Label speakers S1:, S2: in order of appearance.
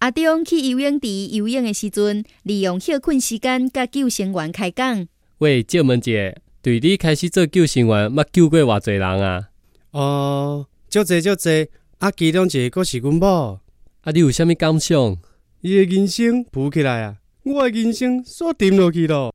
S1: 阿中啊去游泳池游泳的时阵，利用休困时间甲救生员开讲。
S2: 喂，借问者，对你开始做救生员，捌救过偌济人啊？
S3: 哦，足济足济，啊，其中一个佫是阮某，
S2: 啊，你有啥物感想？
S3: 伊的人生浮起来啊，我的人生煞沉落去咯。